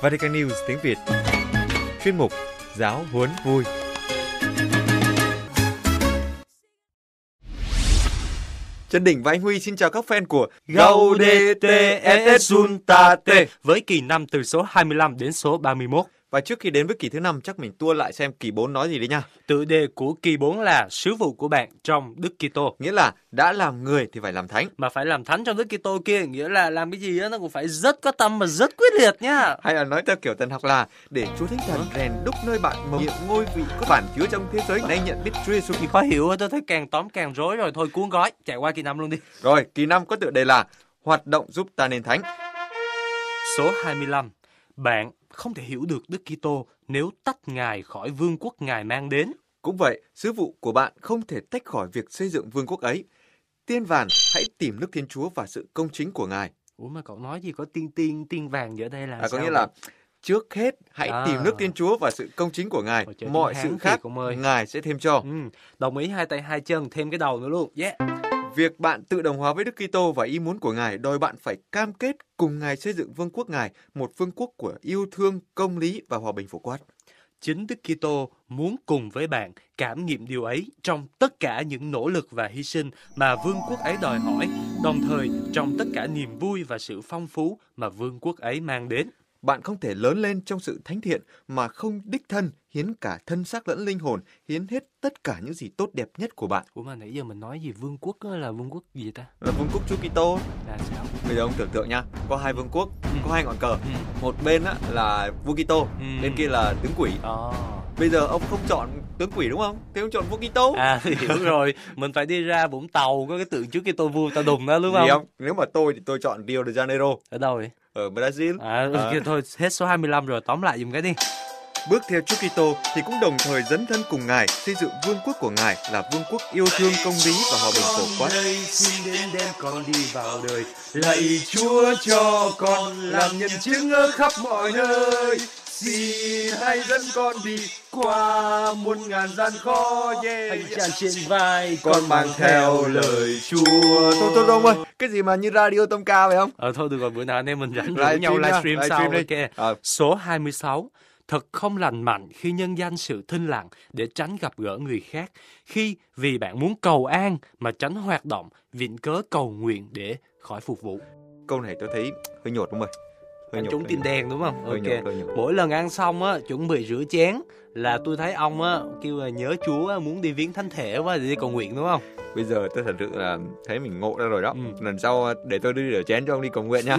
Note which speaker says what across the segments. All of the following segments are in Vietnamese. Speaker 1: Vatican News tiếng Việt. Chuyên mục Giáo huấn vui. Trần Đình và anh Huy xin chào các fan của
Speaker 2: Gaudete Exultate với kỳ năm từ số 25 đến số 31.
Speaker 1: Và trước khi đến với kỳ thứ năm chắc mình tua lại xem kỳ 4 nói gì đấy nha.
Speaker 2: Tựa đề của kỳ 4 là Sứ vụ của bạn trong Đức Kitô.
Speaker 1: Nghĩa là đã làm người thì phải làm thánh.
Speaker 2: Mà phải làm thánh trong Đức Kitô kia nghĩa là làm cái gì á nó cũng phải rất có tâm mà rất quyết liệt nha.
Speaker 1: Hay là nói theo kiểu tần học là để Chúa Thánh Thần rèn đúc nơi bạn mầu Vâng. nhiệm Vâng. ngôi vị có bản chứa trong thế giới nay nhận biết Chúa Giêsu.
Speaker 2: Thì khó hiểu á, tôi thấy càng tóm càng rối rồi thôi cuốn gói chạy qua kỳ năm luôn đi.
Speaker 1: Rồi, kỳ năm có tựa đề là hoạt động giúp ta nên thánh.
Speaker 2: Số 25. Bạn không thể hiểu được Đức Kitô nếu tách Ngài khỏi vương quốc Ngài mang đến.
Speaker 1: Cũng vậy, sứ vụ của bạn không thể tách khỏi việc xây dựng vương quốc ấy. Tiên vàn, hãy tìm nước Thiên Chúa và sự công chính của Ngài.
Speaker 2: Ủa mà cậu nói gì có tiên tiên tiên vàng ở đây là
Speaker 1: À, có
Speaker 2: sao
Speaker 1: nghĩa
Speaker 2: vậy?
Speaker 1: là trước hết hãy
Speaker 2: À.
Speaker 1: tìm nước Thiên Chúa và sự công chính của Ngài.
Speaker 2: Ôi trời,
Speaker 1: Mọi
Speaker 2: tiếng
Speaker 1: sự
Speaker 2: Hán thì
Speaker 1: khác
Speaker 2: cũng ơi.
Speaker 1: Ngài sẽ thêm cho.
Speaker 2: ừ, đồng ý hai tay hai chân thêm cái đầu nữa luôn. Yeah.
Speaker 1: Việc bạn tự đồng hóa với Đức Kitô và ý muốn của Ngài đòi bạn phải cam kết cùng Ngài xây dựng vương quốc Ngài, một vương quốc của yêu thương, công lý và hòa bình phổ quát.
Speaker 2: Chính Đức Kitô muốn cùng với bạn cảm nghiệm điều ấy trong tất cả những nỗ lực và hy sinh mà vương quốc ấy đòi hỏi, đồng thời trong tất cả niềm vui và sự phong phú mà vương quốc ấy mang đến.
Speaker 1: Bạn không thể lớn lên trong sự thánh thiện mà không đích thân hiến cả thân xác lẫn linh hồn, hiến hết tất cả những gì tốt đẹp nhất của bạn.
Speaker 2: Ủa mà nãy giờ mình nói gì vương quốc á là vương quốc gì ta?
Speaker 1: Là vương quốc Chúa Kitô.
Speaker 2: Là sao?
Speaker 1: Bây giờ ông tưởng tượng nha, có hai vương quốc, có hai ngọn cờ.
Speaker 2: Ừ.
Speaker 1: Một bên á, là vua Kitô,
Speaker 2: Ừ.
Speaker 1: bên kia là tướng quỷ.
Speaker 2: Ờ.
Speaker 1: Bây giờ ông không chọn tướng quỷ đúng không? Thế ông chọn vua Kitô.
Speaker 2: À hiểu rồi, mình phải đi ra Vũng Tàu có cái tượng trước kia tôi vua ta đùng đó đúng
Speaker 1: Gì
Speaker 2: không?
Speaker 1: không? Nếu mà tôi thì tôi chọn Rio de Janeiro
Speaker 2: Ở đâu vậy?
Speaker 1: ở Brazil.
Speaker 2: À,
Speaker 1: À.
Speaker 2: kia thôi hết số 25 rồi tóm lại dùm cái đi.
Speaker 1: Bước theo Chúa Kitô thì cũng đồng thời dấn thân cùng Ngài xây dựng vương quốc của Ngài là vương quốc yêu thương công lý và hòa bình phổ quát.
Speaker 2: đây xin đến đem con đi vào đời lạy chúa cho con làm nhân chứng ở khắp mọi nơi
Speaker 1: Xin hãy dẫn con đi qua muôn ngàn gian khó yeah.
Speaker 2: tràn trên vai
Speaker 1: Con mang theo lời Chúa. Thôi thôi ông ơi, cái gì mà như radio tông ca vậy không?
Speaker 2: ờ thôi được rồi bữa nào anh em mình rảnh
Speaker 1: Live
Speaker 2: rủ nhau
Speaker 1: stream nha,
Speaker 2: livestream
Speaker 1: live
Speaker 2: sau
Speaker 1: stream đi.
Speaker 2: ok
Speaker 1: Ờ.
Speaker 2: số 26 thật không lành mạnh khi nhân danh sự thinh lặng để tránh gặp gỡ người khác khi vì bạn muốn cầu an mà tránh hoạt động viện cớ cầu nguyện để khỏi phục vụ
Speaker 1: Câu này tôi thấy hơi nhột đúng không ơi? Hơi
Speaker 2: anh
Speaker 1: nhột,
Speaker 2: trúng
Speaker 1: hơi
Speaker 2: tim
Speaker 1: nhột.
Speaker 2: đen đúng không
Speaker 1: Hơi
Speaker 2: ok
Speaker 1: nhột, hơi nhột.
Speaker 2: mỗi lần ăn xong á chuẩn bị rửa chén là tôi thấy ông á kêu là nhớ chúa á, muốn đi viếng thánh thể quá để đi cầu nguyện đúng không
Speaker 1: Bây giờ tôi thật sự là thấy mình ngộ ra rồi đó.
Speaker 2: Ừ.
Speaker 1: Lần sau ờ, để tôi đi rửa chén cho ông đi cầu nguyện nha.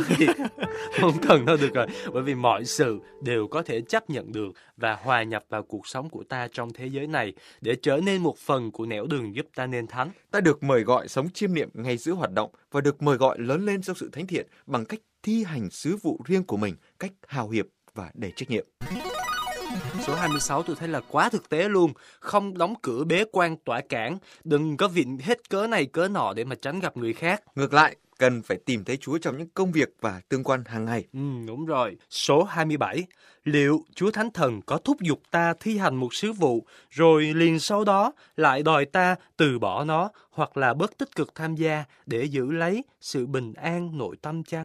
Speaker 2: không cần đâu được rồi bởi vì mọi sự đều có thể chấp nhận được và hòa nhập vào cuộc sống của ta trong thế giới này để trở nên một phần của nẻo đường giúp ta nên thánh
Speaker 1: ta được mời gọi sống chiêm niệm ngay giữa hoạt động và được mời gọi lớn lên trong sự thánh thiện bằng cách thi hành sứ vụ riêng của mình cách hào hiệp và đầy trách nhiệm.
Speaker 2: Số 26 tôi thấy là quá thực tế luôn, không đóng cửa bế quan tỏa cản, đừng có viện hết cớ này cớ nọ để mà tránh gặp người khác.
Speaker 1: Ngược lại, cần phải tìm thấy Chúa trong những công việc và tương quan hàng ngày.
Speaker 2: Ừ, đúng rồi. Số 27. Liệu Chúa Thánh Thần có thúc giục ta thi hành một sứ vụ, rồi liền sau đó lại đòi ta từ bỏ nó hoặc là bớt tích cực tham gia để giữ lấy sự bình an nội tâm chăng?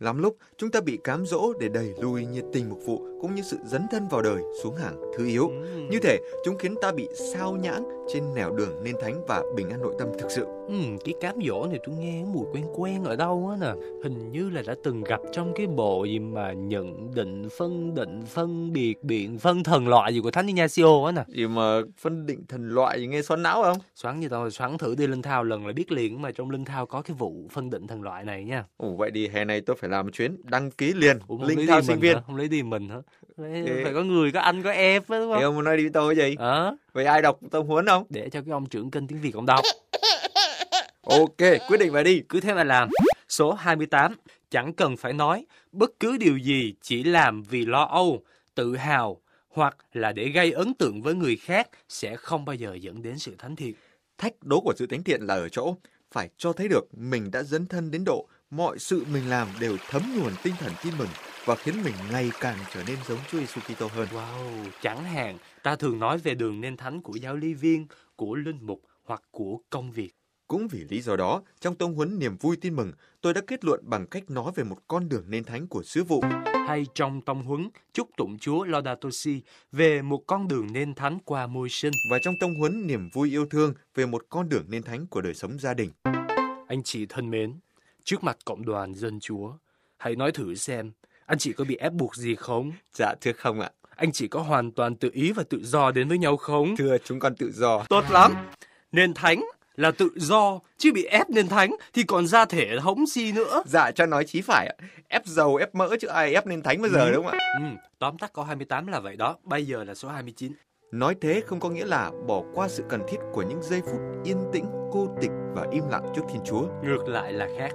Speaker 1: Lắm lúc, chúng ta bị cám dỗ để đẩy lùi nhiệt tình mục vụ cũng như sự dấn thân vào đời xuống hàng thứ yếu.
Speaker 2: Ừ.
Speaker 1: Như thể chúng khiến ta bị sao nhãng trên nẻo đường nên thánh và bình an nội tâm thực sự.
Speaker 2: Ừ, cái cám dỗ này tôi nghe mùi quen quen ở đâu á nè Hình như là đã từng gặp trong cái bộ gì mà nhận định, phân định, phân biệt, biện, phân thần loại gì của Thánh Ignacio á nè
Speaker 1: Gì mà phân định thần loại gì nghe xoắn não không?
Speaker 2: Xoắn như tao xoắn thử đi Linh Thao lần là biết liền mà trong Linh Thao có cái vụ phân định thần loại này nha
Speaker 1: Ồ vậy thì hè này tôi phải làm chuyến đăng ký liền
Speaker 2: Ủa, mà không
Speaker 1: linh
Speaker 2: lấy
Speaker 1: thao
Speaker 2: đi
Speaker 1: sinh
Speaker 2: mình
Speaker 1: viên.
Speaker 2: hả? không lấy đi mình hả Lấy-
Speaker 1: Ê.
Speaker 2: phải có người có anh có em á đúng
Speaker 1: Thì
Speaker 2: không
Speaker 1: ông muốn nói đi với tôi cái gì?
Speaker 2: Ờ,
Speaker 1: Vậy ai đọc tâm huấn không?
Speaker 2: để cho cái ông trưởng kênh tiếng Việt ông đọc
Speaker 1: Ok, quyết định về đi.
Speaker 2: cứ thế mà làm số 28 chẳng cần phải nói bất cứ điều gì chỉ làm vì lo âu tự hào hoặc là để gây ấn tượng với người khác sẽ không bao giờ dẫn đến sự thánh thiện
Speaker 1: Thách đố của sự thánh thiện là ở chỗ phải cho thấy được mình đã dấn thân đến độ mọi sự mình làm đều thấm nhuần tinh thần tin mừng và khiến mình ngày càng trở nên giống Chúa Giêsu Kitô hơn.
Speaker 2: wow chẳng hạn ta thường nói về đường nên thánh của giáo lý viên của linh mục hoặc của công việc
Speaker 1: Cũng vì lý do đó, trong tông huấn niềm vui tin mừng, tôi đã kết luận bằng cách nói về một con đường nên thánh của sứ vụ.
Speaker 2: hay trong tông huấn chúc tụng Chúa Laudato Si về một con đường nên thánh qua môi sinh.
Speaker 1: và trong tông huấn niềm vui yêu thương về một con đường nên thánh của đời sống gia đình.
Speaker 2: Anh chị thân mến, trước mặt cộng đoàn dân Chúa, hãy nói thử xem, anh chị có bị ép buộc gì không?
Speaker 1: Dạ thưa không ạ.
Speaker 2: Anh chị có hoàn toàn tự ý và tự do đến với nhau không?
Speaker 1: Thưa chúng con tự do.
Speaker 2: Tốt lắm. Nên thánh là tự do, chứ bị ép nên thánh thì còn ra thể là hổng gì nữa.
Speaker 1: Dạ cho nói chí phải ạ. Ép dầu, ép mỡ chứ ai ép nên thánh bây giờ đúng không ạ?
Speaker 2: Ừ, tóm tắt câu 28 là vậy đó, bây giờ là số 29.
Speaker 1: Nói thế không có nghĩa là bỏ qua sự cần thiết của những giây phút yên tĩnh, cô tịch và im lặng trước Thiên Chúa.
Speaker 2: Ngược lại là khác.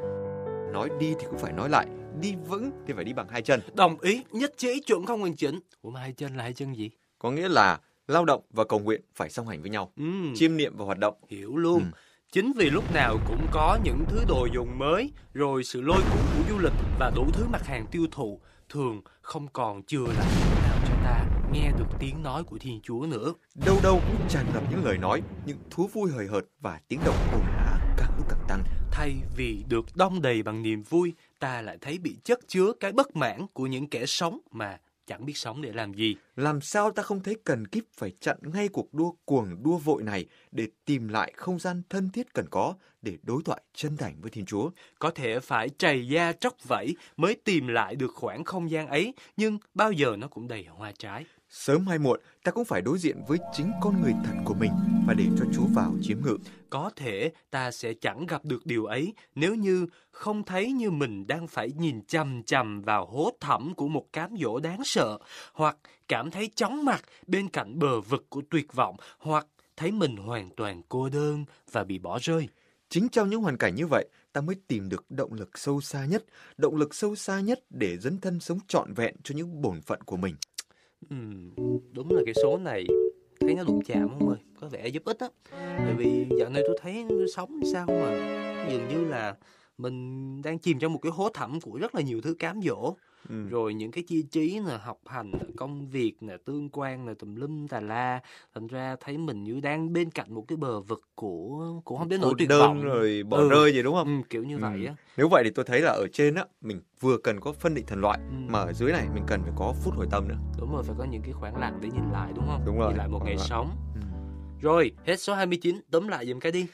Speaker 1: Nói đi thì cũng phải nói lại, đi vững thì phải đi bằng hai chân.
Speaker 2: Đồng ý, nhất trí, chuẩn không hoàn chỉnh. Ủa mà hai chân là hai chân gì?
Speaker 1: Có nghĩa là lao động và cầu nguyện phải song hành với nhau.
Speaker 2: Ừ.
Speaker 1: Chiêm niệm và hoạt động
Speaker 2: Hiểu luôn.
Speaker 1: Ừ.
Speaker 2: Chính vì lúc nào cũng có những thứ đồ dùng mới, rồi sự lôi cuốn của du lịch và đủ thứ mặt hàng tiêu thụ thường không còn chừa lại chỗ nào cho ta nghe được tiếng nói của Thiên Chúa nữa.
Speaker 1: đâu đâu cũng tràn ngập những lời nói, những thú vui hời hợt và tiếng động ồn ào càng lúc càng tăng.
Speaker 2: Thay vì được đong đầy bằng niềm vui, ta lại thấy bị chất chứa cái bất mãn của những kẻ sống mà chẳng biết sống để làm gì.
Speaker 1: Làm sao ta không thấy cần kíp phải chặn ngay cuộc đua cuồng đua vội này để tìm lại không gian thân thiết cần có để đối thoại chân thành với Thiên Chúa.
Speaker 2: Có thể phải trầy da tróc vẫy mới tìm lại được khoảng không gian ấy, nhưng bao giờ nó cũng đầy hoa trái.
Speaker 1: Sớm hay muộn, ta cũng phải đối diện với chính con người thật của mình và để cho Chúa vào chiếm ngự.
Speaker 2: có thể ta sẽ chẳng gặp được điều ấy nếu như không thấy như mình đang phải nhìn chằm chằm vào hố thẳm của một cám dỗ đáng sợ hoặc cảm thấy chóng mặt bên cạnh bờ vực của tuyệt vọng hoặc thấy mình hoàn toàn cô đơn và bị bỏ rơi
Speaker 1: Chính trong những hoàn cảnh như vậy, ta mới tìm được động lực sâu xa nhất, động lực sâu xa nhất để dấn thân sống trọn vẹn cho những bổn phận của mình.
Speaker 2: Ừm, đúng là cái số này thấy nó đụng chạm không ơi có vẻ giúp ích á bởi vì dạo này tôi thấy nó sống sao mà dường như là mình đang chìm trong một cái hố thẳm của rất là nhiều thứ cám dỗ
Speaker 1: Ừ.
Speaker 2: rồi những cái chi trí là học hành là công việc là tương quan là tùm lum tà la thành ra thấy mình như đang bên cạnh một cái bờ vực của cũng không đến nỗi
Speaker 1: Cô
Speaker 2: tuyệt
Speaker 1: đơn
Speaker 2: vọng
Speaker 1: rồi bỏ
Speaker 2: Ừ.
Speaker 1: rơi gì đúng không?
Speaker 2: ừ, kiểu như
Speaker 1: Ừ.
Speaker 2: vậy á
Speaker 1: Nếu vậy thì tôi thấy là ở trên á, mình vừa cần có phân định thần loại,
Speaker 2: ừ.
Speaker 1: mà ở dưới này mình cần phải có phút hồi tâm nữa.
Speaker 2: đúng rồi phải có những cái khoảng lặng để nhìn lại đúng không
Speaker 1: Đúng rồi,
Speaker 2: nhìn lại một
Speaker 1: khoảng
Speaker 2: ngày
Speaker 1: lặng.
Speaker 2: sống
Speaker 1: Ừ.
Speaker 2: rồi hết số 29 tóm lại giùm cái đi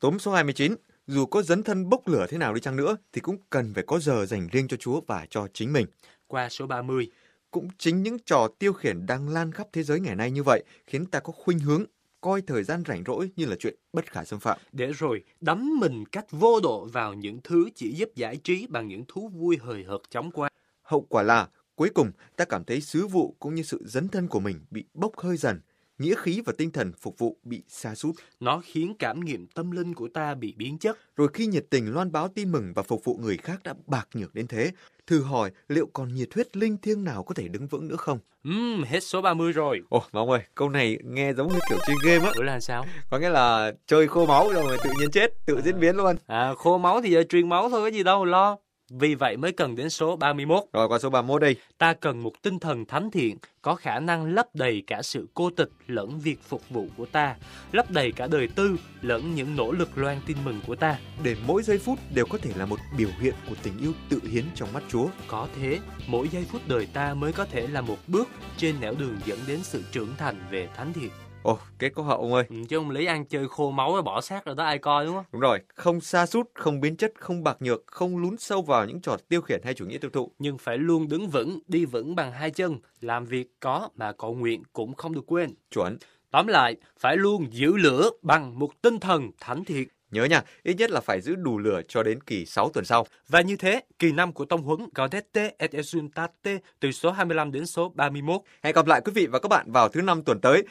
Speaker 1: Tóm số 29, dù có dấn thân bốc lửa thế nào đi chăng nữa thì cũng cần phải có giờ dành riêng cho Chúa và cho chính mình.
Speaker 2: qua số 30
Speaker 1: Cũng chính những trò tiêu khiển đang lan khắp thế giới ngày nay như vậy khiến ta có khuynh hướng coi thời gian rảnh rỗi như là chuyện bất khả xâm phạm.
Speaker 2: để rồi đắm mình cách vô độ vào những thứ chỉ giúp giải trí bằng những thú vui hời hợt chóng qua
Speaker 1: Hậu quả là cuối cùng ta cảm thấy sứ vụ cũng như sự dấn thân của mình bị bốc hơi dần, nghĩa khí và tinh thần phục vụ bị sa sút.
Speaker 2: nó khiến cảm nghiệm tâm linh của ta bị biến chất
Speaker 1: Rồi khi nhiệt tình loan báo tin mừng và phục vụ người khác đã bạc nhược đến thế, thử hỏi liệu còn nhiệt huyết linh thiêng nào có thể đứng vững nữa không?
Speaker 2: Ừm, hết số 30 rồi.
Speaker 1: Ồ, mà ông ơi, câu này nghe giống như kiểu chơi game á.
Speaker 2: Ủa là sao?
Speaker 1: Có nghĩa là chơi khô máu rồi mà tự nhiên chết, tự diễn biến luôn.
Speaker 2: À, khô máu thì giờ truyền máu thôi, có gì đâu lo. Vì vậy mới cần đến số 31.
Speaker 1: Rồi qua số 31 đây.
Speaker 2: Ta cần một tinh thần thánh thiện có khả năng lấp đầy cả sự cô tịch lẫn việc phục vụ của ta, lấp đầy cả đời tư lẫn những nỗ lực loan tin mừng của ta.
Speaker 1: Để mỗi giây phút đều có thể là một biểu hiện của tình yêu tự hiến trong mắt Chúa.
Speaker 2: Có thế, mỗi giây phút đời ta mới có thể là một bước trên nẻo đường dẫn đến sự trưởng thành về thánh thiện.
Speaker 1: Ồ, kết có hậu ông ơi.
Speaker 2: Ừ, chứ không lấy ăn chơi khô máu rồi bỏ xác rồi đó ai coi đúng không?
Speaker 1: Đúng rồi, không xa sút, không biến chất, không bạc nhược, không lún sâu vào những trò tiêu khiển hay chủ nghĩa tiêu thụ.
Speaker 2: nhưng phải luôn đứng vững, đi vững bằng hai chân, làm việc có mà cầu nguyện cũng không được quên.
Speaker 1: Chuẩn.
Speaker 2: Tóm lại, phải luôn giữ lửa bằng một tinh thần thánh thiện.
Speaker 1: Nhớ nha, ít nhất là phải giữ đủ lửa cho đến kỳ 6 tuần sau.
Speaker 2: Và như thế, kỳ năm của tông huấn Gaudete et Exultate từ số 25 đến số 31.
Speaker 1: Hẹn gặp lại quý vị và các bạn vào thứ năm tuần tới.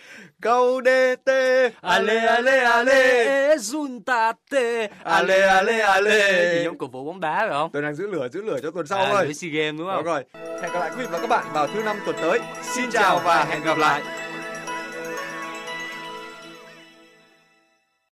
Speaker 1: Gaudete, ale ale ale,
Speaker 2: Exultate,
Speaker 1: ale ale
Speaker 2: Gì
Speaker 1: ale.
Speaker 2: giống cổ vũ bóng đá rồi không?
Speaker 1: Tôi đang giữ lửa, giữ lửa cho tuần sau
Speaker 2: à,
Speaker 1: thôi.
Speaker 2: lưới SEA Games đúng
Speaker 1: Đúng
Speaker 2: không?
Speaker 1: rồi. Hẹn gặp lại quý vị và các bạn vào thứ năm tuần tới. Xin chào và hẹn gặp lại.